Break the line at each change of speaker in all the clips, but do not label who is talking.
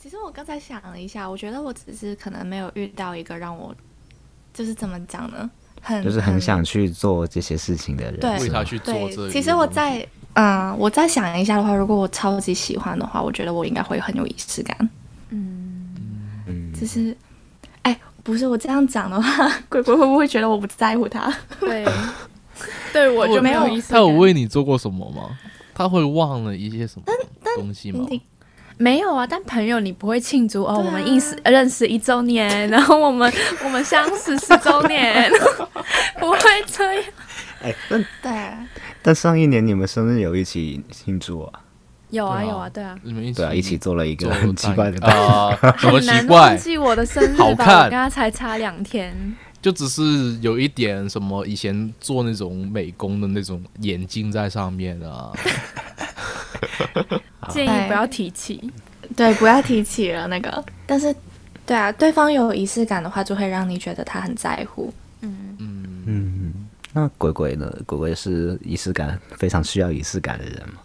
其实我刚才想了一下，我觉得我只是可能没有遇到一个让我，就是怎么讲呢，
嗯
很
就是很想去做这些事情的人，
对
是
为
吗
他去做这
哎对，
个
其实我
东西
再嗯、我再想一下的话，如果我超级喜欢的话，我觉得我应该会很有仪式感。
嗯，
只是，哎，不是我这样讲的话， 鬼鬼会不会觉得我不在乎他？
对， 对我就没有意思。
他有为你做过什么吗？他会忘了一些什么东西吗？
你
没有啊，但朋友你不会庆祝
对
哦，
啊
我们认识认识一周年，然后我们我们相识十周年， 不会这样。
哎、那
对，
但上一年你们生日有一起庆祝啊？
有啊
对啊
有啊，对啊，
你们一起
对啊，一起做了一个
做
很奇怪的
蛋
蛋糕，
糕 啊，什么
很
奇
难忘
怪？
记我的生日吧，
好
我
看
跟他才差两天。
就只是有一点什么以前做那种美工的那种眼镜在上面啊，
建议不要提起。
对，不要提起了那个。但是，对啊，对方有仪式感的话，就会让你觉得他很在乎。
嗯，
嗯，那鬼鬼呢？鬼鬼是仪式感非常需要仪式感的人嘛？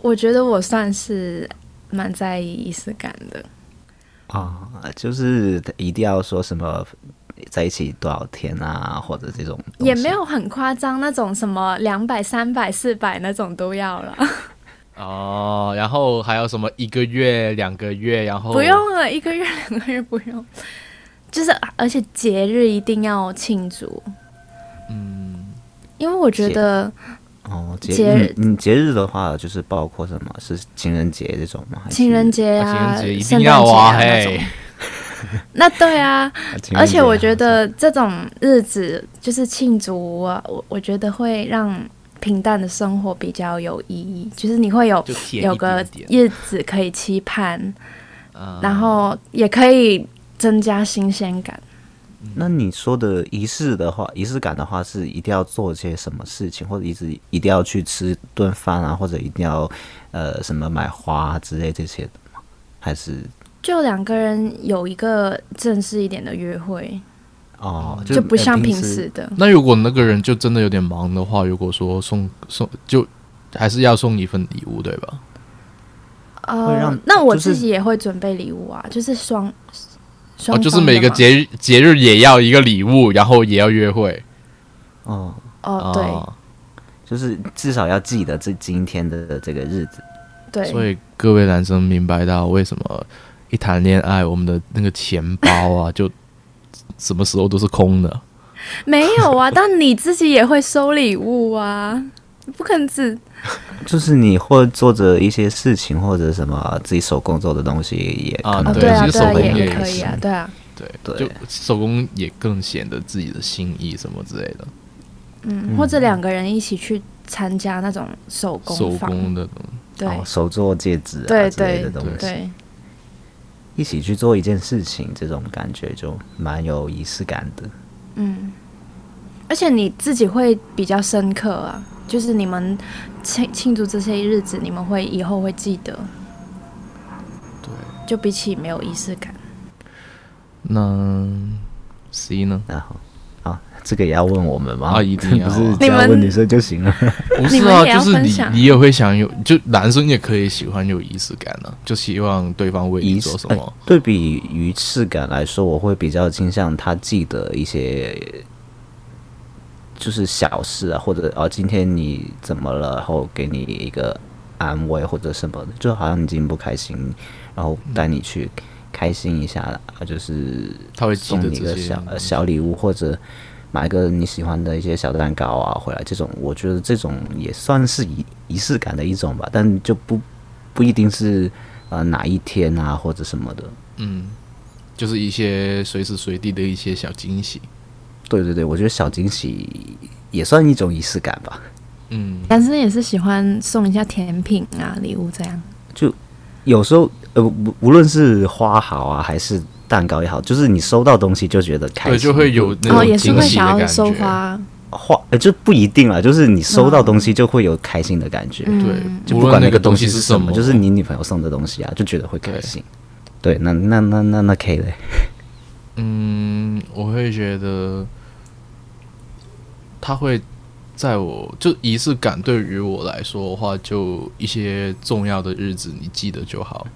我觉得我算是蛮在意仪式感的，
啊、就是一定要说什么在一起多少天啊，或者这种东西
也没有很夸张，那种什么两百、三百、四百那种都要了，
哦，然后还有什么一个月、两个月，然后
不用了，一个月、两个月不用。 就是，而且节日一定要庆祝，
嗯，
因为我觉得
哦。节
节
日
日，
嗯，节日的话就是包括什么是情人节这种吗？还是
情人、节
啊
啊、
情人节一定
圣诞
要
节
啊，
啊那
嘿
种，，那 对啊，
啊情人节
而且我觉
好像
啊
得这种日子就是庆祝啊，我我觉得会让平淡的生活比较有意义，就是你会有
就甜一
有个
点点
日子可以期盼，
啊
然后也可以增加新鲜感。
那你说的仪式的话，仪式感的话是一定要做些什么事情，或者一直一定要去吃顿饭啊，或者一定要呃什么买花、啊、之类这些的吗？还是
就两个人有一个正式一点的约会，
哦，
嗯就不像平
时
时的。
那如果那个人就真的有点忙的话，如果说送送就还是要送你一份礼物，对吧？
会让
呃，那我
就是
自己也会准备礼物啊，就是双
哦，
双
就是
方的
每个
嘛
节日节日也要一个礼物，然后也要约会。啊
哦，
哦，对、
就是至少要记得这今天的这个日子。
对，
所以各位男生明白到为什么一谈恋爱，我们的那个钱包 啊，就什么时候都是空的。
没有啊，但你自己也会收礼物啊，你不可能只
就是你或做着一些事情，或者什么自己手工做的东西也
啊
可能
哦，
对
对
其
啊，
实
对
手
啊，
工
也
也
也可以啊
行，
对啊，
对，
对
就手工也更显得自己的心意什么之类的，
嗯，或者两个人一起去参加那种手
手
工坊，
工的东西。
对
哦手做戒指啊
对
之类
对
的东西，
对，
一起去做一件事情，这种感觉就蛮有仪式感的。
嗯，而且你自己会比较深刻啊，就是你们庆庆祝这些日子，你们会以后会记得，
对，
就比起没有仪式感，
那 C 呢？
然后，啊，这个也要问我们吗？
啊一定要啊
不是只要问女生就行了。
不
你
是
们
啊，就
也要
是
分
你
享
你也会想有，就男生也可以喜欢有仪式感啊，就希望对方为 你
仪
做
式
什
哎
么。
对比仪式感来说，我会比较倾向他记得一些，就是小事啊，或者哦，今天你怎么了，然后给你一个安慰或者什么的，就好像你今天不开心，然后带你去开心一下啦，就是
他会记
送
得
你一
这
个
些
小呃
东西
小礼物，或者买一个你喜欢的一些小蛋糕啊回来，这种我觉得这种也算是仪仪式感的一种吧，但就不不一定是呃哪一天啊或者什么的。
嗯，就是一些随时随地的一些小惊喜。
对对对，我觉得小惊喜也算一种仪式感吧。
嗯，
男生也是喜欢送一下甜品啊、礼物这样，
有时候呃，无无论是花好啊，还是蛋糕也好，就是你收到东西就觉得开
对，
心，
就会有那
哦，也
种
是
惊
会
喜的
想要
感
收
觉。
花，
花、呃就不一定了，就是你收到东西就会有开心的感觉。
嗯
对，
就
无
不管
论
那
那
个
东
西
是
什
么，
就是你女朋友送的东西啊，就觉得会开心。对，那那那那那 K 嘞，
嗯，我会觉得他会在我就仪式感对于我来说的话，就一些重要的日子你记得就好。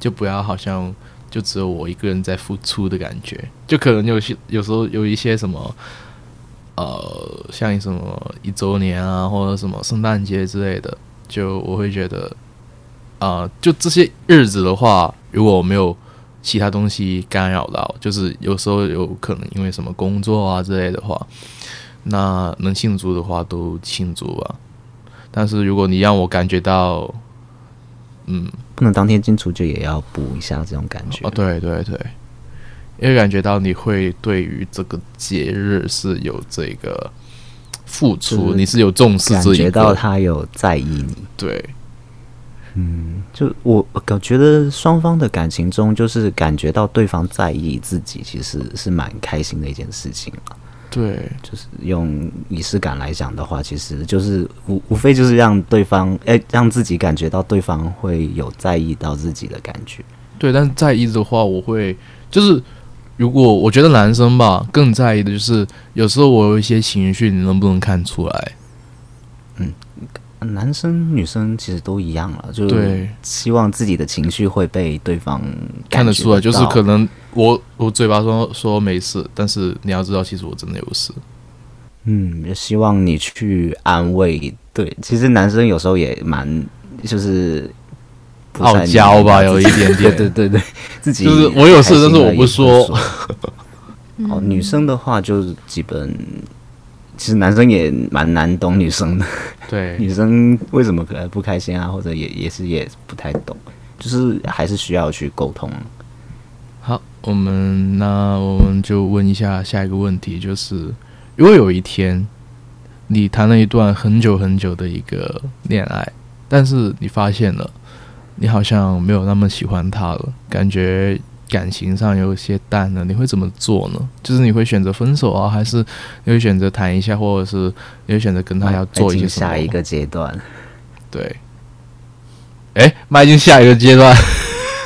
就不要好像就只有我一个人在付出的感觉，就可能有些有时候有一些什么。呃，像什么一周年啊，或者什么圣诞节之类的，就我会觉得，啊、就这些日子的话，如果我没有其他东西干扰到，就是有时候有可能因为什么工作啊之类的话，那能庆祝的话都庆祝吧。但是如果你让我感觉到，嗯，
不能当天进出就也要补一下这种感觉。
哦，对对对，因为感觉到你会对于这个节日是有这个付
就
出，
是
你是有重视
感
这一
觉到
个，
他有在意你。
对
就我我感觉得双方的感情中，就是感觉到对方在意自己，其实是蛮开心的一件事情啊。
对
就是用仪式感来讲的话，其实就是无无非就是让对方哎、让自己感觉到对方会有在意到自己的感觉。
对。但是在意的话，我会就是如果我觉得男生吧更在意的就是有时候我有一些情绪，你能不能看出来？
男生女生其实都一样了，就是
对，
希望自己的情绪会被对方
看
感
得
觉
出来，就是
到
可能我我嘴巴说说没事，但是你要知道，其实我真的有事。
嗯，也希望你去安慰。对，其实男生有时候也蛮就是不太
傲娇吧
明白自己
有一点点
对对对对，自己
就是我有事
开心
但是我
而已
不说
说。哦，女生的话就是基本，其实男生也蛮难懂女生的。
对，
女生为什么可能不开心啊，或者也也是也不太懂，就是还是需要去沟通。
好，我们那我们就问一下下一个问题，就是如果有一天你谈了一段很久很久的一个恋爱，但是你发现了你好像没有那么喜欢他了，感觉感情上有一些淡了，你会怎么做呢？就是你会选择分手啊，还是你会选择谈一下，或者是你会选择跟他要做一些
进
什么？
下一个阶段。
对，哎，迈进下一个阶段，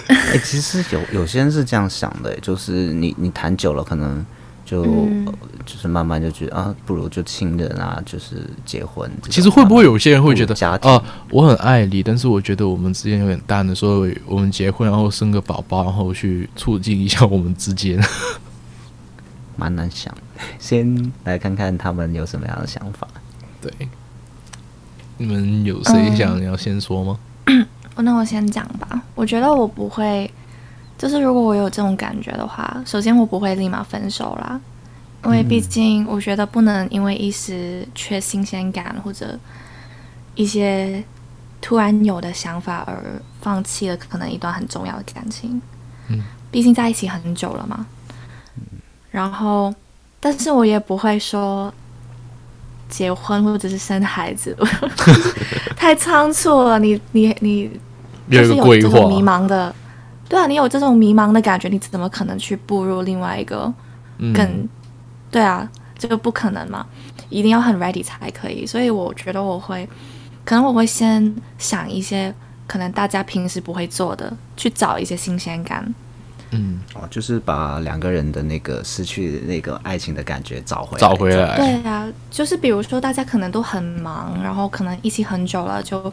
哎、其实有有些人是这样想的、就是你你谈久了，可能就、呃就是慢慢就觉得啊，不如就亲人啊，就是结婚这种。
其实会不会有些人会觉得
家庭
啊，我很爱你，但是我觉得我们之间有点淡的，所以我们结婚然后生个宝宝，然后去促进一下我们之间。
蛮难想的？ 先来看看他们有什么样的想法。
对，你们有谁想要先说吗？
哦那我先讲吧。我觉得我不会，就是如果我有这种感觉的话，首先我不会立马分手啦，因
嗯
为毕竟我觉得不能因为一时缺新鲜感或者一些突然有的想法而放弃了可能一段很重要的感情。
嗯，
毕竟在一起很久了嘛。然后，但是我也不会说结婚或者是生孩 子，太仓促了。你你你
有一个规
就是有这种迷
划，
茫的，对啊，你有这种迷茫的感觉，你怎么可能去步入另外一个
嗯
更？对啊，这个不可能嘛，一定要很 ready 才可以。所以我觉得我会，可能我会先想一些可能大家平时不会做的，去找一些新鲜感。
嗯，
哦，就是把两个人的那个失去那个爱情的感觉找回来
找回。来，
对啊，就是比如说大家可能都很忙，然后可能一起很久了，就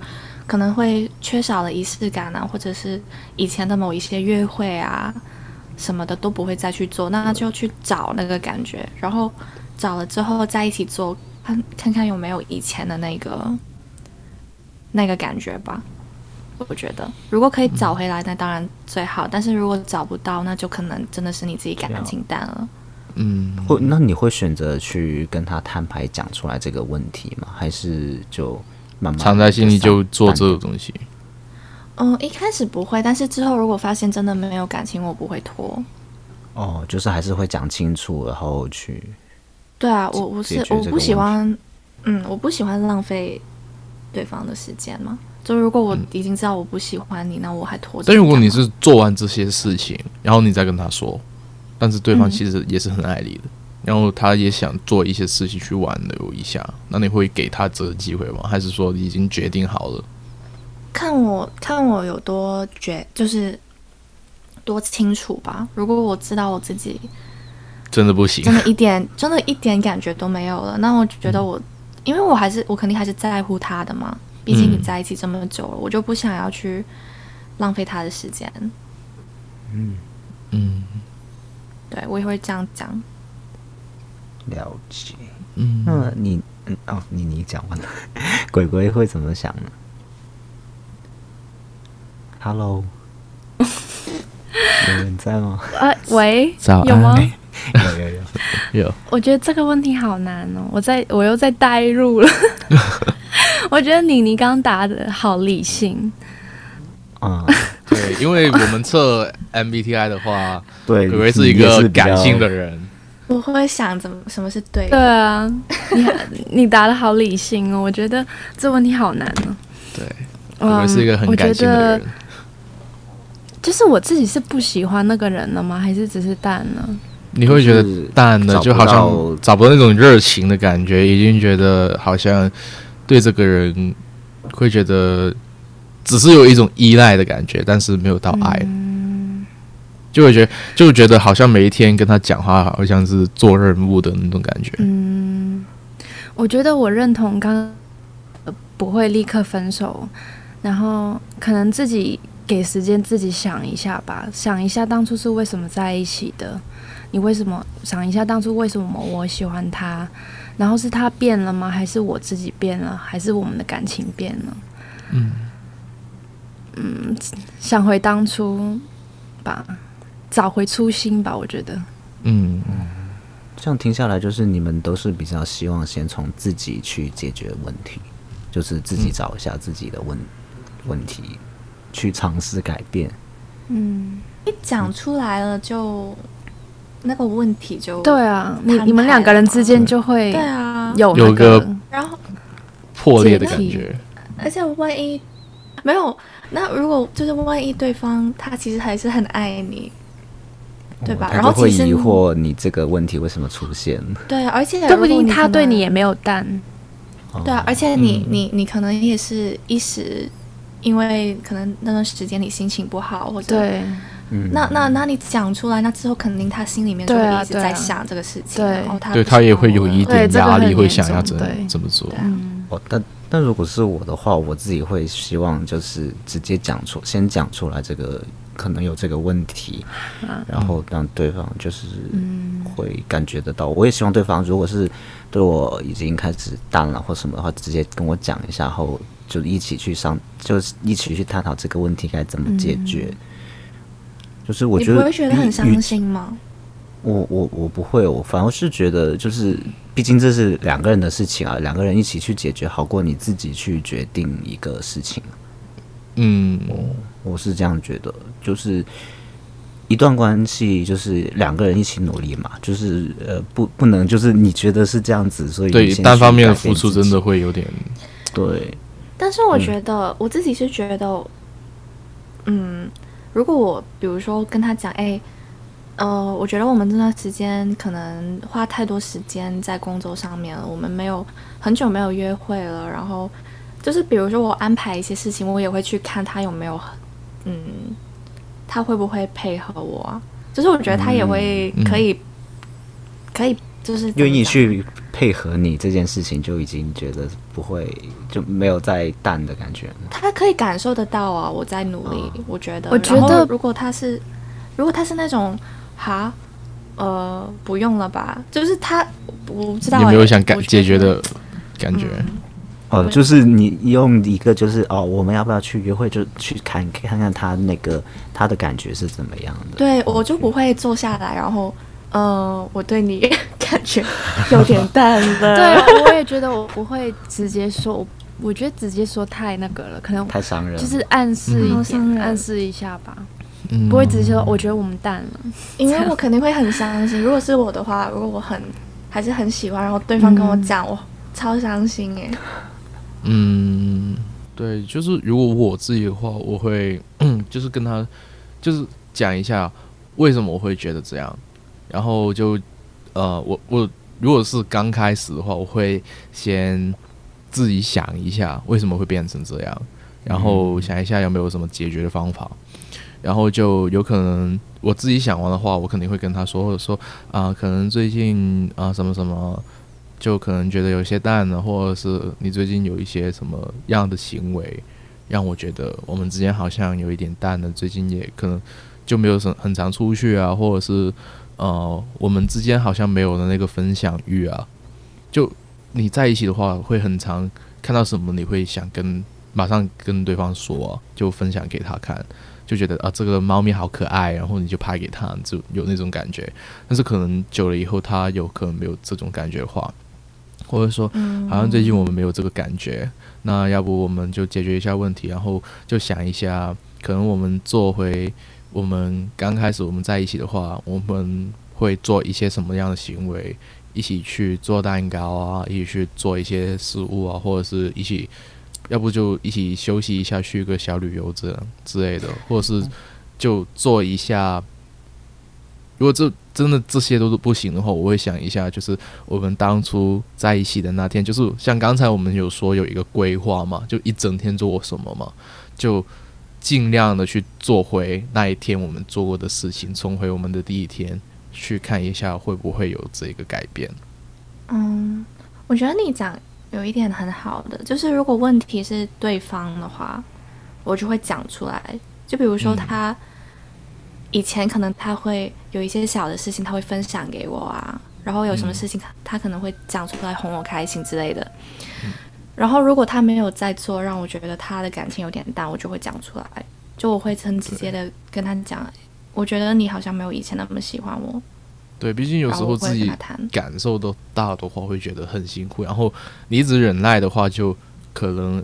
可能会缺少了仪式感啊，或者是以前的某一些约会啊什么的都不会再去做，那就去找那个感觉，然后找了之后在一起做，看看看有没有以前的那个那个感觉吧。我觉得，如果可以找回来，那当然最好。但是如果找不到，那就可能真的是啊你自己感情淡了。
嗯，
或那你会选择去跟他摊牌讲出来这个问题吗？还是就慢慢
藏在心里就做这
散
个东西。
嗯，一开始不会，但是之后如果发现真的没有感情，我不会拖。
哦，就是还是会讲清楚，然后去
对啊，我我
解
是
决
我
这
不
个
喜
问题
欢，嗯，我不喜欢浪费对方的时间嘛。就如果我已经知道我不喜欢你，那我还拖着干嘛。
但如果你是做完这些事情，然后你再跟他说，但是对方其实也是很爱你的，然后他也想做一些事情去挽留一下，那你会给他这个机会吗？还是说你已经决定好了？
看我看我有多觉，就是多清楚吧。如果我知道我自己
真的不行，
真的一 点，真的一点感觉都没有了。那我觉
嗯
得我，因为我还是我肯定还是在乎他的嘛，毕竟你
嗯
在一起这么久了，我就不想要去浪费他的时间。
嗯
对我也会这样讲。
了解。
嗯，
那你，嗯哦，你你讲完了， 鬼鬼会怎么想呢？Hello，有人在吗？
呃，喂
早，安
有吗？
有有有，
有
我觉得这个问题好难哦，我在我又在代 入了。我觉得妮妮刚答的好理性，
嗯，
对，因为我们测 MBTI 的话，
对，
鬼鬼是一
你也
个
比
感性的
较，
人，
我会想怎么什么是对
对
的，
啊，你 你答的好理性哦，我觉得这问题好难哦。
对，鬼
嗯
鬼是一个很感性的
我觉
人。
就是我自己是不喜欢那个人了吗？还是只是淡了？
你会觉得
就是
淡了，
找
就
不
好
到
像找不到那种热情的感觉，已经觉得好像对这个人会觉得只是有一种依赖的感觉，但是没有到爱，
嗯
就会觉就觉得好像每一天跟他讲话，好像是做任务的那种感觉。
嗯，我觉得我认同刚呃不会立刻分手，然后可能自己给时间自己想一下吧，想一下当初是为什么在一起的，你为什么想一下当初为什么我喜欢他，然后是他变了吗？还是我自己变了？还是我们的感情变了？
嗯
嗯，想回当初吧，找回初心吧，我觉得。
嗯，
这样听下来，就是你们都是比较希望先从自己去解决问题，就是自己找一下自己的问、问题，去尝试改变。
嗯，
一讲出来了就那个问题就
对啊，你
摊牌
你们两个人
了吗
之间就会
对啊，
有
有
那
个
然后
破裂的感
解题
觉。
而且万一没有，那如果就是万一对方他其实还是很爱你，对吧？
哦嗯他
然
就
后
会
其实
疑惑你这个问题为什么出现。
对，而且
说不
如果
定他
可能
对你也没有淡。
对啊，而且
嗯
你、你你可能也是一时，因为可能那段时间你心情不好或者。
对
嗯
那那那你讲出来，那之后肯定他心里面就
对啊
会一直
对啊
在想这个事情，
对
然后他
对
不
他也
喜欢
会有
我了
一
对
点
这个
压
很
力，会
严
想要怎
重对
怎么做。
啊
哦，但但如果是我的话，我自己会希望就是直接讲出，先讲出来这个可能有这个问题，
啊
然后让对方就是
嗯
会感觉得到。我也希望对方如果是对我已经开始淡了或什么的话，直接跟我讲一下后，就一起去商，就是一起去探讨这个问题该怎么解决。就是我
嗯你
觉
不
得
会觉得
与
很
与
伤心吗？
我我我不会，我反而是觉得，就是毕竟这是两个人的事情啊，两个人一起去解决，好过你自己去决定一个事情。
嗯，
哦我是这样觉得，就是一段关系就是两个人一起努力嘛，就是呃不不能就是你觉得是这样子，所以你
对，
先
单
去
方面的
改变
付出
自己
真的会有点，
对，
但是我
嗯
觉得、我自己是觉得，嗯，如果我比如说跟他讲，哎，呃，我觉得我们这段时间可能花太多时间在工作上面了，我们没有很久没有约会了，然后就是比如说我安排一些事情，我也会去看他有没有，嗯，他会不会配合我啊？就是我觉得他也会
嗯嗯
可以，可以就是怎么
愿意
讲
去配合你这件事情，就已经觉得不会就没有再淡的感觉了。
他可以感受得到啊，我在努力，
哦
我觉得。
我觉
然后
得
如果他是，如果他是那种，哈，呃，不用了吧，就是他，我不知道、欸，
也没有想感
我
解
觉
决
得
的感觉。
哦，就是你用一个就是哦，我们要不要去约会？就去看看看他那个他的感觉是怎么样的。
对我就不会坐下来，然后，呃，我对你 感觉有点淡 了。
对，我我也觉得我不会直接说，我我觉得直接说太那个了，可能
太伤人了。
就是暗示
嗯
一
好伤
点，
人
暗示一下吧，
嗯，
不会直接说我觉得我们淡了。
因为我肯定会很伤心。如果是我的话，如果我很还是很喜欢，然后对方跟我讲，我超伤心哎、
嗯，对，就是如果我自己的话，我会 就是跟他就是讲一下为什么我会觉得这样，然后就呃，我我如果是刚开始的话，我会先自己想一下为什么会变成这样，然后想一下有没有什么解决的方法，然后就有可能我自己想完的话，我肯定会跟他说，或者说啊、可能最近啊、什么什么。就可能觉得有些淡了，或者是你最近有一些什么样的行为，让我觉得我们之间好像有一点淡了。最近也可能就没有很很常出去啊，或者是呃，我们之间好像没有的那个分享欲啊。就你在一起的话，会很常看到什么，你会想跟马上跟对方说、啊，就分享给他看，就觉得啊这个猫咪好可爱，然后你就拍给他，就有那种感觉。但是可能久了以后，他有可能没有这种感觉的话，或者说好像最近我们没有这个感觉，那要不我们就解决一下问题，然后就想一下，可能我们做回我们刚开始我们在一起的话，我们会做一些什么样的行为，一起去做蛋糕啊，一起去做一些事物啊，或者是一起，要不就一起休息一下，去个小旅游这样之类的，或者是就做一下。如果这真的这些都是不行的话，我会想一下，就是我们当初在一起的那天，就是像刚才我们有说有一个规划嘛，就一整天做什么嘛，就尽量的去做回那一天我们做过的事情，重回我们的第一天，去看一下会不会有这个改变。
嗯，我觉得你讲有一点很好的，就是如果问题是对方的话，我就会讲出来。就比如说
嗯
他、以前可能他会有一些小的事情，他会分享给我啊，然后有什么
嗯
事情他可能会讲出来哄我开心之类的。
嗯
然后如果他没有在做，让我觉得他的感情有点淡，我就会讲出来，就我会很直接的跟他讲，我觉得你好像没有以前那么喜欢我，
对，毕竟有
然
时
后
候
哦我会
自
跟
己
他谈。
感受都大的话，会觉得很辛苦。然后你一直忍耐的话，就可能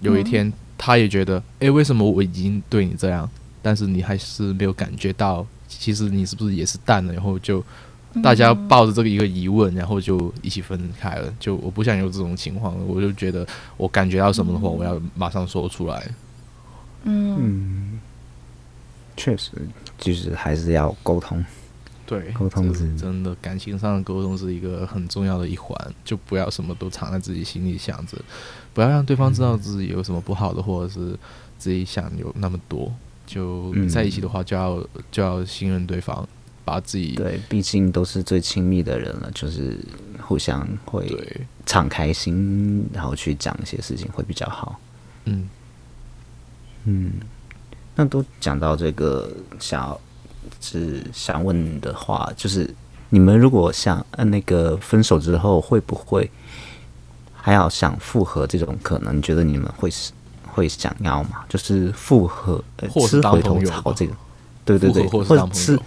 有一天他也觉得，诶，为什么我已经对你这样，但是你还是没有感觉到？其实你是不是也是淡了？然后就大家抱着这个一个疑问，然后就一起分开了。就我不想有这种情况，我就觉得我感觉到什么的话，我要马上说出来。
嗯，
确实，就是还是要沟通。
嗯
对，
沟通
这
是
真的，感情上的沟通是一个很重要的一环，就不要什么都藏在自己心里想着，不要让对方知道自己有什么不好的，或者是自己想有那么多。就
嗯
在一起的话，就要就要信任对方，把自己
对，毕竟都是最亲密的人了，就是互相会
对，
敞开心，然后去讲一些事情会比较好。
嗯，
嗯，那都讲到这个，想要是想问的话，就是你们如果想呃那个分手之后，会不会还要想复合这种可能？你觉得你们会是会想要吗？就是复合，呃、
或是
吃
当
回
朋
头
友
草
吧
这个，对对
复合
对，
或是
或者
当朋
吃
友，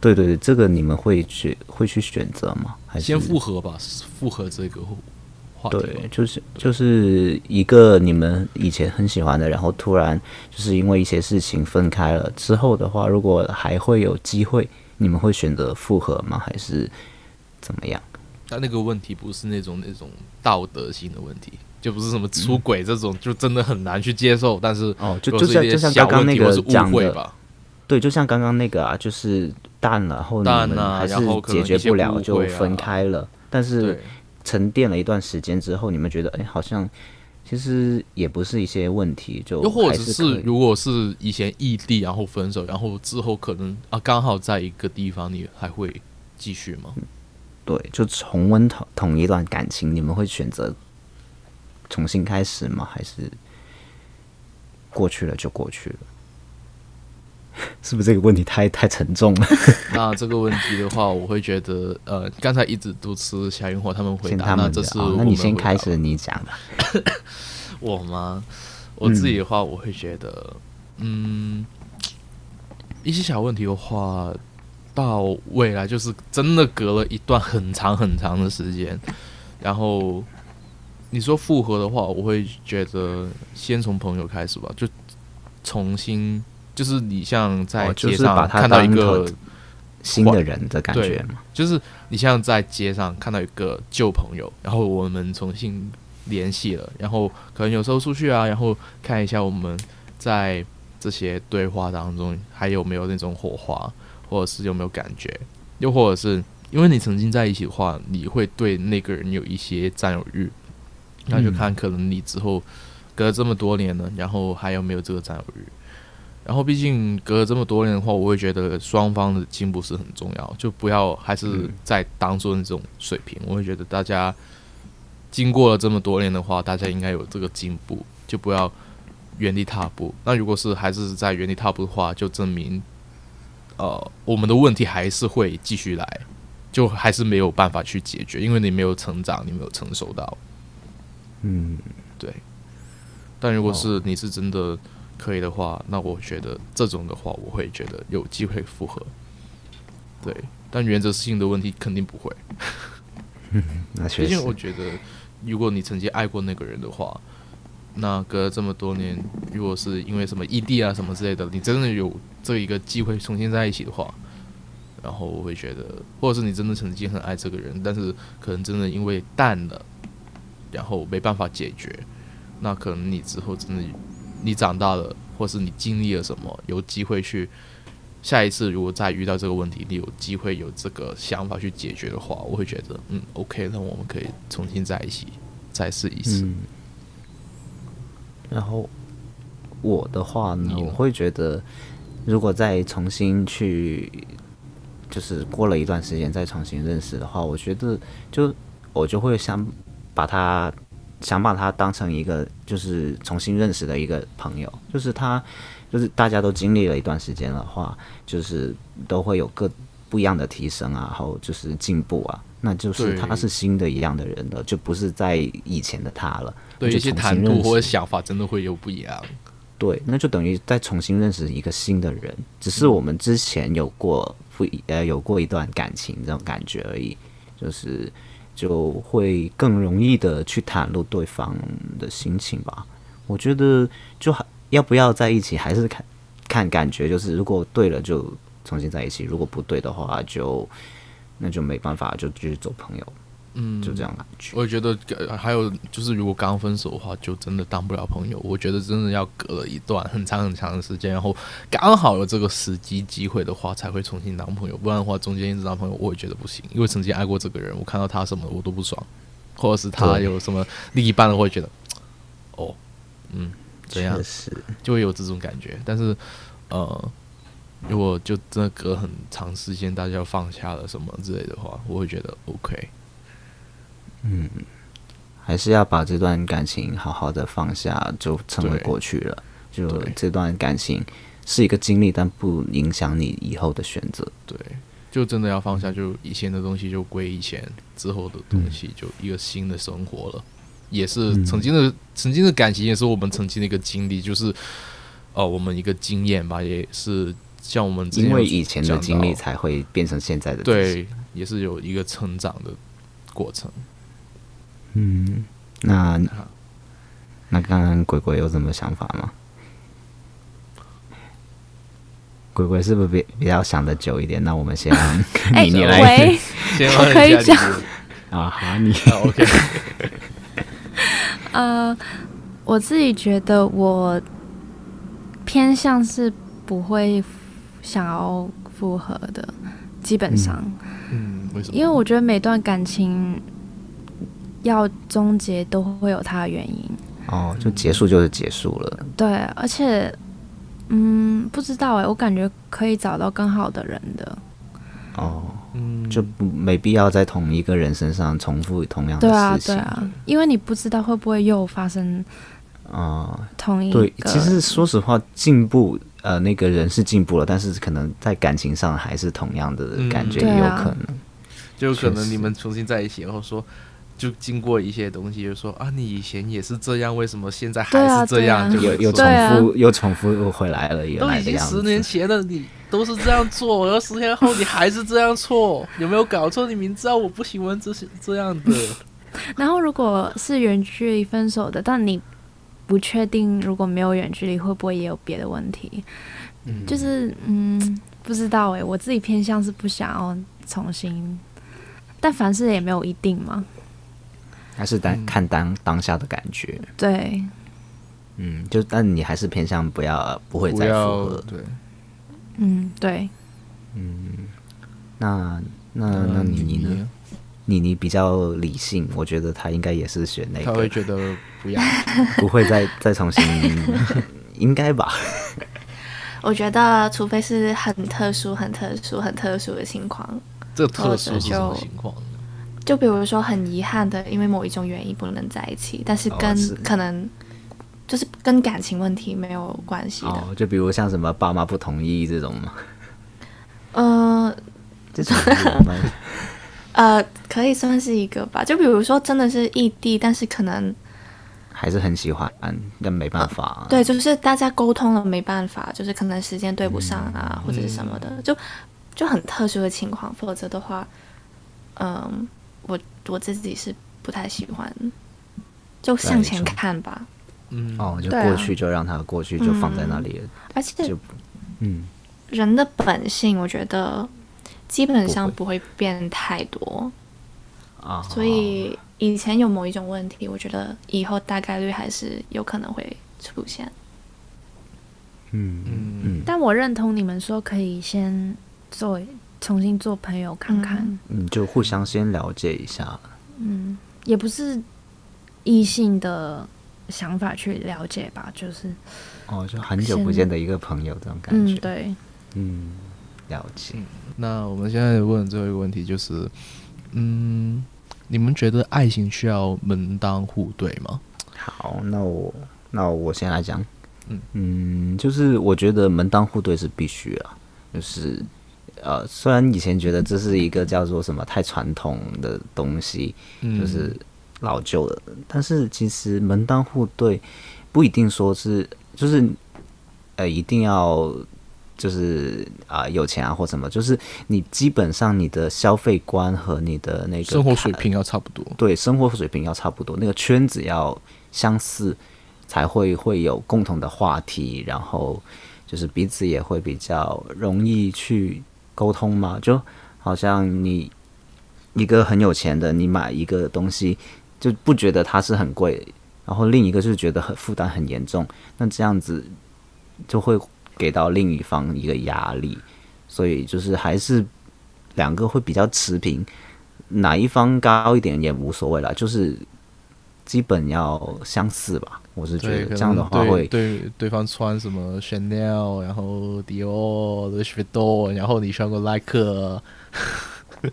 对对对，这个你们会去会去选择吗？还是
先复合吧，复合这个话题吧
对，就是就是一个你们以前很喜欢的，然后突然就是因为一些事情分开了。之后的话，如果还会有机会，你们会选择复合吗？还是怎么样？
但那个问题不是那种那种道德性的问题，就不是什么出轨这种，就真的很难去接受。但是
哦就
如
就
果
是像
一些
就像
小
刚刚
问题
那个
或是误
讲
会
的
吧。
对，就像刚刚那个啊，就是淡了，然后你
淡
们
啊
还是
然后可能
解决
一些
不了，
误
就
会啊
分开了。但是
对
沉淀了一段时间之后，你们觉得哎，好像其实也不是一些问题，就
又或
还
者
是
是
可以
如果是以前异地然后分手，然后之后可能啊刚好在一个地方，你还会继续吗？
对，就重温同同一段感情，你们会选择重新开始吗？还是过去了就过去了？ 是不是这个问题太太沉重了？
那这个问题的话，我会觉得呃，刚才一直都是夏云火他们回
先
答，
他
那
们
这
的
次
哦，
我
那
们
你先
回答
开
吧
始你讲吧。
我吗？我自己的话，我会觉得，嗯，一些小问题的话，到未来就是真的隔了一段很长很长的时间，然后你说复合的话，我会觉得先从朋友开始吧，就重新，就是你像在
哦就
街
是把
上
它
看到一
当
个
成新的人的感觉嘛，
就是你像在街上看到一个旧朋友，然后我们重新联系了，然后可能有时候出去啊，然后看一下我们在这些对话当中还有没有那种火花，或者是有没有感觉，又或者是因为你曾经在一起的话，你会对那个人有一些占有欲，那就
嗯
看可能你之后隔了这么多年了，然后还有没有这个占有欲。然后毕竟隔了这么多年的话，我会觉得双方的进步是很重要，就不要还是在当做那种水平。我会觉得大家经过了这么多年的话，大家应该有这个进步，就不要原地踏步。那如果是还是在原地踏步的话，就证明呃，我们的问题还是会继续来，就还是没有办法去解决，因为你没有成长，你没有成熟到。
嗯，
对。但如果是你是真的可以的话，那我觉得这种的话，我会觉得有机会复合。对，但原则性的问题肯定不会。
那确
毕
实
竟，我觉得，如果你曾经爱过那个人的话，那隔这么多年，如果是因为什么异地啊什么之类的，你真的有这一个机会重新在一起的话，然后我会觉得，或者是你真的曾经很爱这个人，但是可能真的因为淡了，然后没办法解决，那可能你之后真的你长大了，或是你经历了什么，有机会去。下一次如果再遇到这个问题，你有机会有这个想法去解决的话，我会觉得，嗯，OK，那我们可以重新在一起，再试一次。
嗯。然后我的话呢，
你呢
我会觉得，如果再重新去，就是过了一段时间再重新认识的话，我觉得就我就会想把他想把他当成一个就是重新认识的一个朋友，就是他就是大家都经历了一段时间的话，就是都会有各不一样的提升啊，然后就是进步啊。那就是
对
他是新的一样的人了，就不是在以前的他了。
对
就
一些
重新
谈
认
吐
识
或者想法，真的会有不一样。
对，那就等于再重新认识一个新的人，只是我们之前有过不一呃有过一段感情这种感觉而已，就是就会更容易的去袒露对方的心情吧。我觉得就还要不要在一起，还是看看感觉，就是如果对了就重新在一起，如果不对的话就那就没办法，就继续做朋友，
嗯，
就这样感觉。
我觉得呃还有就是，如果刚分手的话，就真的当不了朋友。我觉得真的要隔了一段很长很长的时间，然后刚好有这个时机机会的话，才会重新当朋友。不然的话，中间一直当朋友，我也觉得不行。因为曾经爱过这个人，我看到他什么我都不爽，或者是他
对
有什么另一半的，我会觉得，哦，嗯，这样
确实，
就会有这种感觉。但是，呃，如果就真的隔很长时间，大家放下了什么之类的话，我会觉得 OK。
还是要把这段感情好好的放下，就成为
对
过去了。就
对
这段感情是一个经历，但不影响你以后的选择。
对，就真的要放下，就以前的东西就归以前，之后的东西就一个新的生活了。也是曾经的、曾经的感情，也是我们曾经的一个经历，就是呃，我们一个经验吧，也是像我们之前
因为
有
以前的经
讲
历
到
才会变成现在的自己。
对，也是有一个成长的过程。
嗯，那
好
那刚刚鬼鬼有什么想法吗？鬼鬼是不是比比较想的久一点？那我 们先让
哎、
你你来
喂，
先
我可以
问一下你
啊，好你
嗯
啊，OK，
呃，我自己觉得我偏向是不会想要复合的，基本上，
嗯，为什么？
因为我觉得每段感情要终结都会有它的原因。
哦，就结束就是结束了。
对，而且，嗯，不知道哎、我感觉可以找到更好的人的。
哦，
嗯
就不没必要在同一个人身上重复同样的
对啊，
事
对
情。
啊，因为你不知道会不会又发生
啊、
同一个。
对，其实说实话，进步呃，那个人是进步了，但是可能在感情上还是同样的感觉，
嗯对
也有
啊
可能。
就可
确
能
实
你们重新在一起，然后说，就经过一些东西，就说啊，你以前也是这样，为什么现在还
对啊
是这样？
对
就
啊
又
会
又
说
重
对啊
复，又重复又回来了原
都
来
已
的
经
样
十
子。
年前了，你都是这样做，然后十年 后你还是这样错，有没有搞错？你明知道我不喜欢这些这样的，
然后如果是远距离分手的，但你不确定如果没有远距离会不会也有别的问题，
嗯
就是嗯，不知道哎、我自己偏向是不想要重新，但凡事也没有一定嘛。
还是当
嗯
看当当下的感觉，
对，
嗯，就但你还是偏向不要 不会再复合。
对，
嗯，对，
那那那你你呢？？你你比较理性，我觉得他应该也是选那
他会
个，
觉得不要，
不会 再再重新，应该吧？
我觉得除非是很特殊、很特殊、很特殊的情况，
这特殊是什么
或者就
情况呢？
就比如说很遗憾的，因为某一种原因不能在一起，但是
哦
跟、
是
可能就是跟
哦
感情问题没有关系的。
哦，就比如像什么爸妈不同意这种嘛。这种浪漫
嗯呃，可以算是一个吧。就比如说，真的是异地，但是可能
还是很喜欢，但没办法、
对，就是大家沟通了没办法，就是可能时间对不上啊，
嗯
或者是什么的，就就很特殊的情况。否则的话，嗯，我我自己是不太喜欢，就向前
没错
看吧。
嗯，
哦，就
对啊
过去就让它过去，就放在那里了，
而且
就嗯，
人的本性，我觉得基本上
不哦
不会变太多。
啊，
所以以前有某一种问题，我觉得以后大概率还是有可能会出现。
嗯嗯嗯，
但我认同你们说可以先做重新做朋友看看，
嗯
你就互相先了解一下，
也不是异性的想法去了解吧，就是
哦，就很久不
先
见的一个朋友这种感
嗯
觉，
对，
嗯，了解，
那我们现在问最后一个问题就是，嗯，你们觉得爱情需要门当户对吗？
好，那我那我先来讲
嗯，
嗯，就是我觉得门当户对是必须啊，就是呃，虽然以前觉得这是一个叫做什么太传统的东西，
嗯
就是老旧的，但是其实门当户对不一定说是就是呃一定要。就是啊、有钱啊或什么，就是你基本上你的消费观和你的那个
生活水
看
平要差不多。
对生活水平要差不多，那个圈子要相似，才会会有共同的话题，然后就是彼此也会比较容易去沟通嘛。就好像你一个很有钱的，你买一个东西就不觉得它是很贵，然后另一个就觉得很负担很严重，那这样子就会给到另一方一个压力，所以就是还是两个会比较持平。哪一方高一点也无所谓啦，就是基本要相似吧。我是觉
对，
得
可能
这样的话
对
会
对对方穿什么 Chanel，然后 Dior、Louis Vuitton，然后你穿个耐克，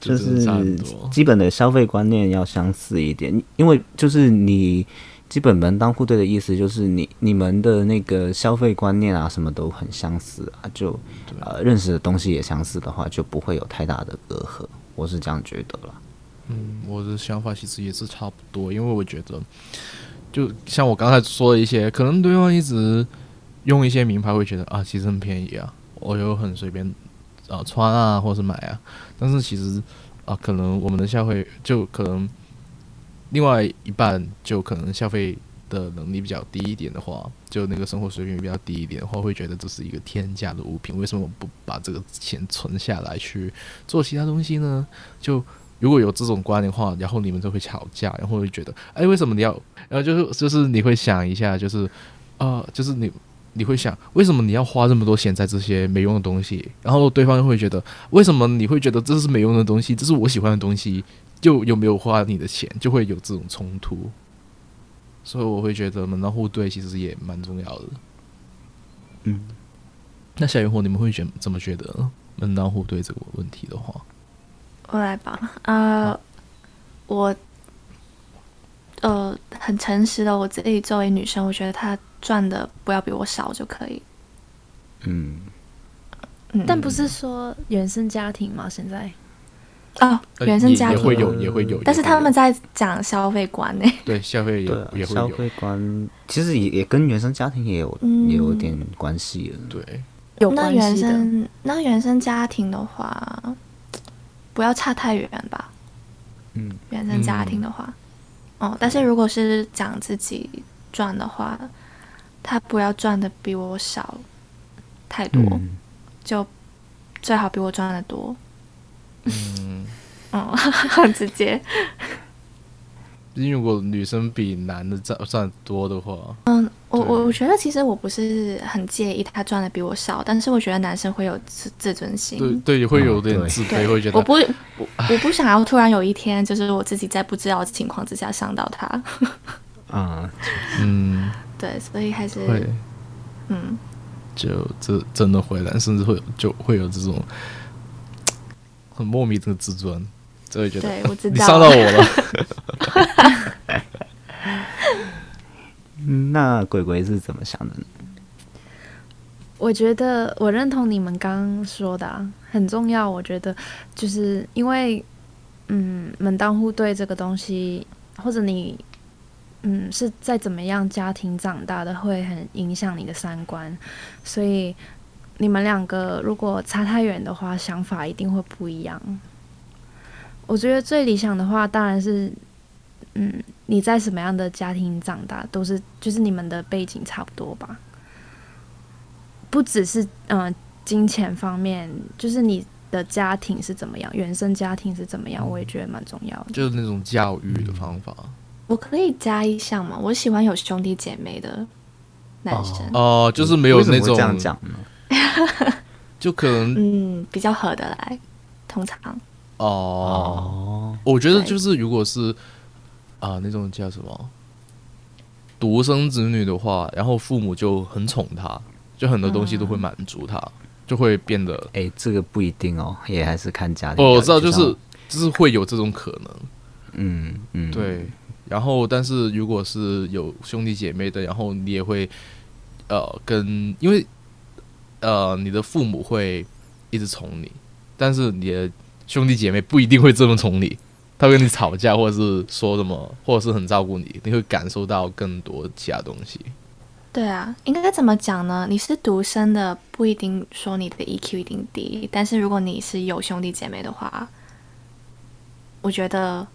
就
真的
是
差很多。
基本的消费观念要相似一点，因为就是你基本门当户对的意思，就是你你们的那个消费观念啊，什么都很相似啊，就呃认识的东西也相似的话，就不会有太大的隔阂。我是这样觉得啦。
嗯，我的想法其实也是差不多，因为我觉得，就像我刚才说的一些，可能对方一直用一些名牌，会觉得啊，其实很便宜啊，我又很随便啊穿啊，或是买啊，但是其实啊，可能我们的消费就可能另外一半就可能消费的能力比较低一点的话，就那个生活水平比较低一点的话，会觉得这是一个天价的物品，为什么不把这个钱存下来去做其他东西呢？就如果有这种观念的话，然后你们就会吵架，然后会觉得，哎，为什么你要？然后就是就是你会想一下，就是，啊，就是你你会想，为什么你要花这么多钱在这些没用的东西？然后对方会觉得，为什么你会觉得这是没用的东西？这是我喜欢的东西，就有没有花你的钱，就会有这种冲突。所以我会觉得门当户对其实也蛮重要的。
嗯，
那小圆火你们会觉怎么觉得呢门当户对这个问题的话？
我来吧，呃，我呃很诚实的，我自己作为女生，我觉得她赚的不要比我少就可以。
嗯，
嗯，
但不是说原生家庭吗？现在
哦，
呃
原生
也
家
也会
庭，
有，也会有，
但是
也会有
他们在讲消费观呢、
对消费也、
对、啊，
也会
消
有，
费观其实也也跟原生家庭也有、也有点关系了。
对，
有
那
关
原
系的，
生那原生家庭的话，不要差太远吧。
嗯，
原生家庭的话，哦，但是如果是讲自己赚的话，他不要赚的比我少太多，
嗯
就最好比我赚的多。
嗯，
嗯，很 直接。
因为如果女生比男的赚赚得多的话，
嗯，我
对
我我觉得其实我不是很介意他赚的比我少，但是我觉得男生会有自自尊心。
对对也会有点
对
自
对，
卑，会觉
我
得
不 我我不想要突然有一天，就是我自己在不知道的情况之下伤到他。
啊，
嗯
对，所以还是
会
嗯，
就这真的会男甚至会有就会有这种很莫名的自尊，就会觉得
对我知
你
道
伤到 我了，
嗯那鬼鬼是怎么想的呢？
我觉得我认同你们刚刚说的、啊、很重要。我觉得就是因为，嗯，门当户对这个东西，或者你，嗯，是在怎么样家庭长大的，会很影响你的三观。所以你们两个如果差太远的话，想法一定会不一样。我觉得最理想的话，当然是，嗯，你在什么样的家庭长大，都是就是你们的背景差不多吧。不只是嗯、呃金钱方面，就是你的家庭是怎么样，原生家庭是怎么样，我也觉得蛮重要的。
就是那种教育的方法。
嗯
我可以加一项吗？我喜欢有兄弟姐妹的男生，
哦、就是没有
为什么
那
会
种
这样讲呢？
就可能
嗯，比较合得来，通常。
哦、
哦，
我觉得
对
就是如果是啊、那种叫什么独生子女的话，然后父母就很宠他，就很多东西都会满足他，就会变得
哎，这个不一定哦，也还是看家庭。
哦，我知道，就
像
是就是会有这种可能。
嗯嗯，，
对，然后但是如果是有兄弟姐妹的，然后你也会呃跟，因为呃你的父母会一直宠你，但是你的兄弟姐妹不一定会这么宠你，他会跟你吵架，或者是说什么，或者是很照顾你，你会感受到更多其他东西。
对啊，应该怎么讲呢？你是独生的，不一定说你的 EQ 一定低，但是如果你是有兄弟姐妹的话，我觉得，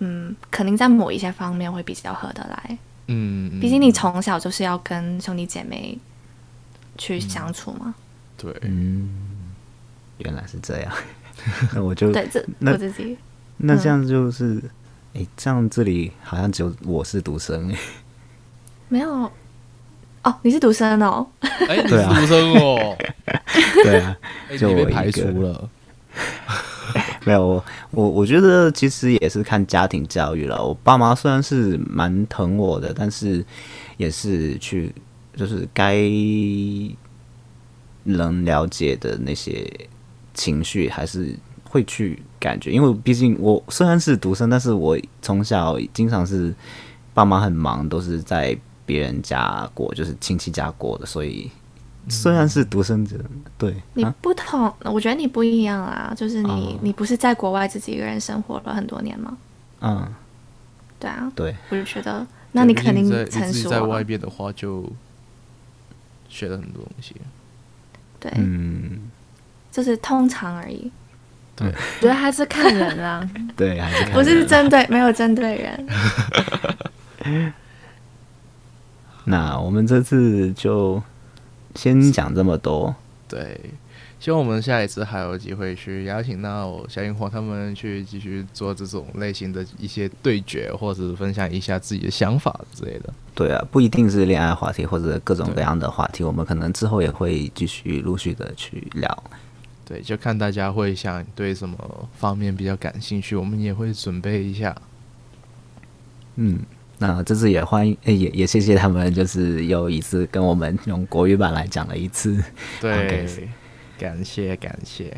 嗯，肯定在某一些方面会比较合得来。
嗯，
毕竟你从小就是要跟兄弟姐妹去相处嘛。
对，
嗯，原来是这样。 那我就
对，这
嗯那
我自己
那这样就是，哎、这样这里好像只有我是独生 哎、
没有。哦，你是独生哦，
哎，你是
对啊
独生哦，
对啊，
哎
就
你被
我一
排
个
除了。
没有我我我觉得其实也是看家庭教育了。我爸妈虽然是蛮疼我的，但是也是去就是该能了解的那些情绪还是会去感觉，因为毕竟我虽然是独生，但是我从小经常是爸妈很忙，都是在别人家过，就是亲戚家过的，所以虽然是独生子，对，
你
啊、
不同，我觉得你不一样啊，就是
哦
你、你不是在国外自己一个人生活了很多年吗？
嗯，
对啊，
对，
我就觉得，那你
对毕
肯
竟
定
在你
成
自己
熟
在
啊
外边的话，就学了很多东西。
对，
嗯，
就是通常而已，
我觉得还是看人啦。
对，还是看
不是
人
针对，没有针对人。
那我们这次就先讲这么多。
对，希望我们下一次还有机会去邀请到小萤火他们去继续做这种类型的一些对决，或者分享一下自己的想法之类的。
对啊，不一定是恋爱话题或者各种各样的话题，我们可能之后也会继续陆续的去聊。
对，就看大家会想对什么方面比较感兴趣，我们也会准备一下。
嗯，那这次也欢迎，呃也也谢谢他们，就是又一次跟我们用国语版来讲了一次。
对
Podcast
感谢感谢。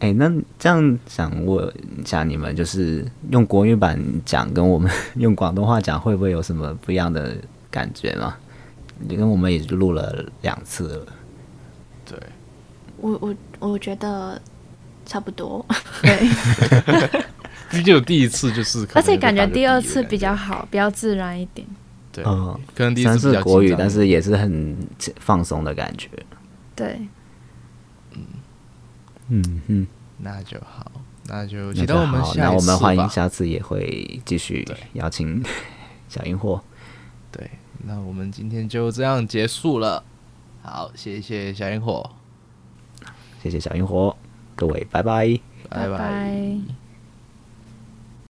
哎，那这样想问一下你们，就是用国语版讲跟我们 用广东话讲，会不会有什么不一样的感觉吗？因为我们也就录了两次了。
对，
我我我觉得差不多，
毕竟有第一次就是，可
而
能
且
会
感觉
打个
第二
的
次
感
比
觉
较好，比较自然一点。
对，
嗯
可能第一
虽然
次比
是
较
国
紧
语，
张
但是也是很放松的感觉。
对，
嗯嗯，
那就好，那就
那
期待
就
我们
好，
下
那
一
我
次
们欢
吧
迎下次也会继续
对
邀请小萤火。
对，那我们今天就这样结束了。好，谢谢小萤火，
谢谢小萤火，各位，拜拜。
拜
拜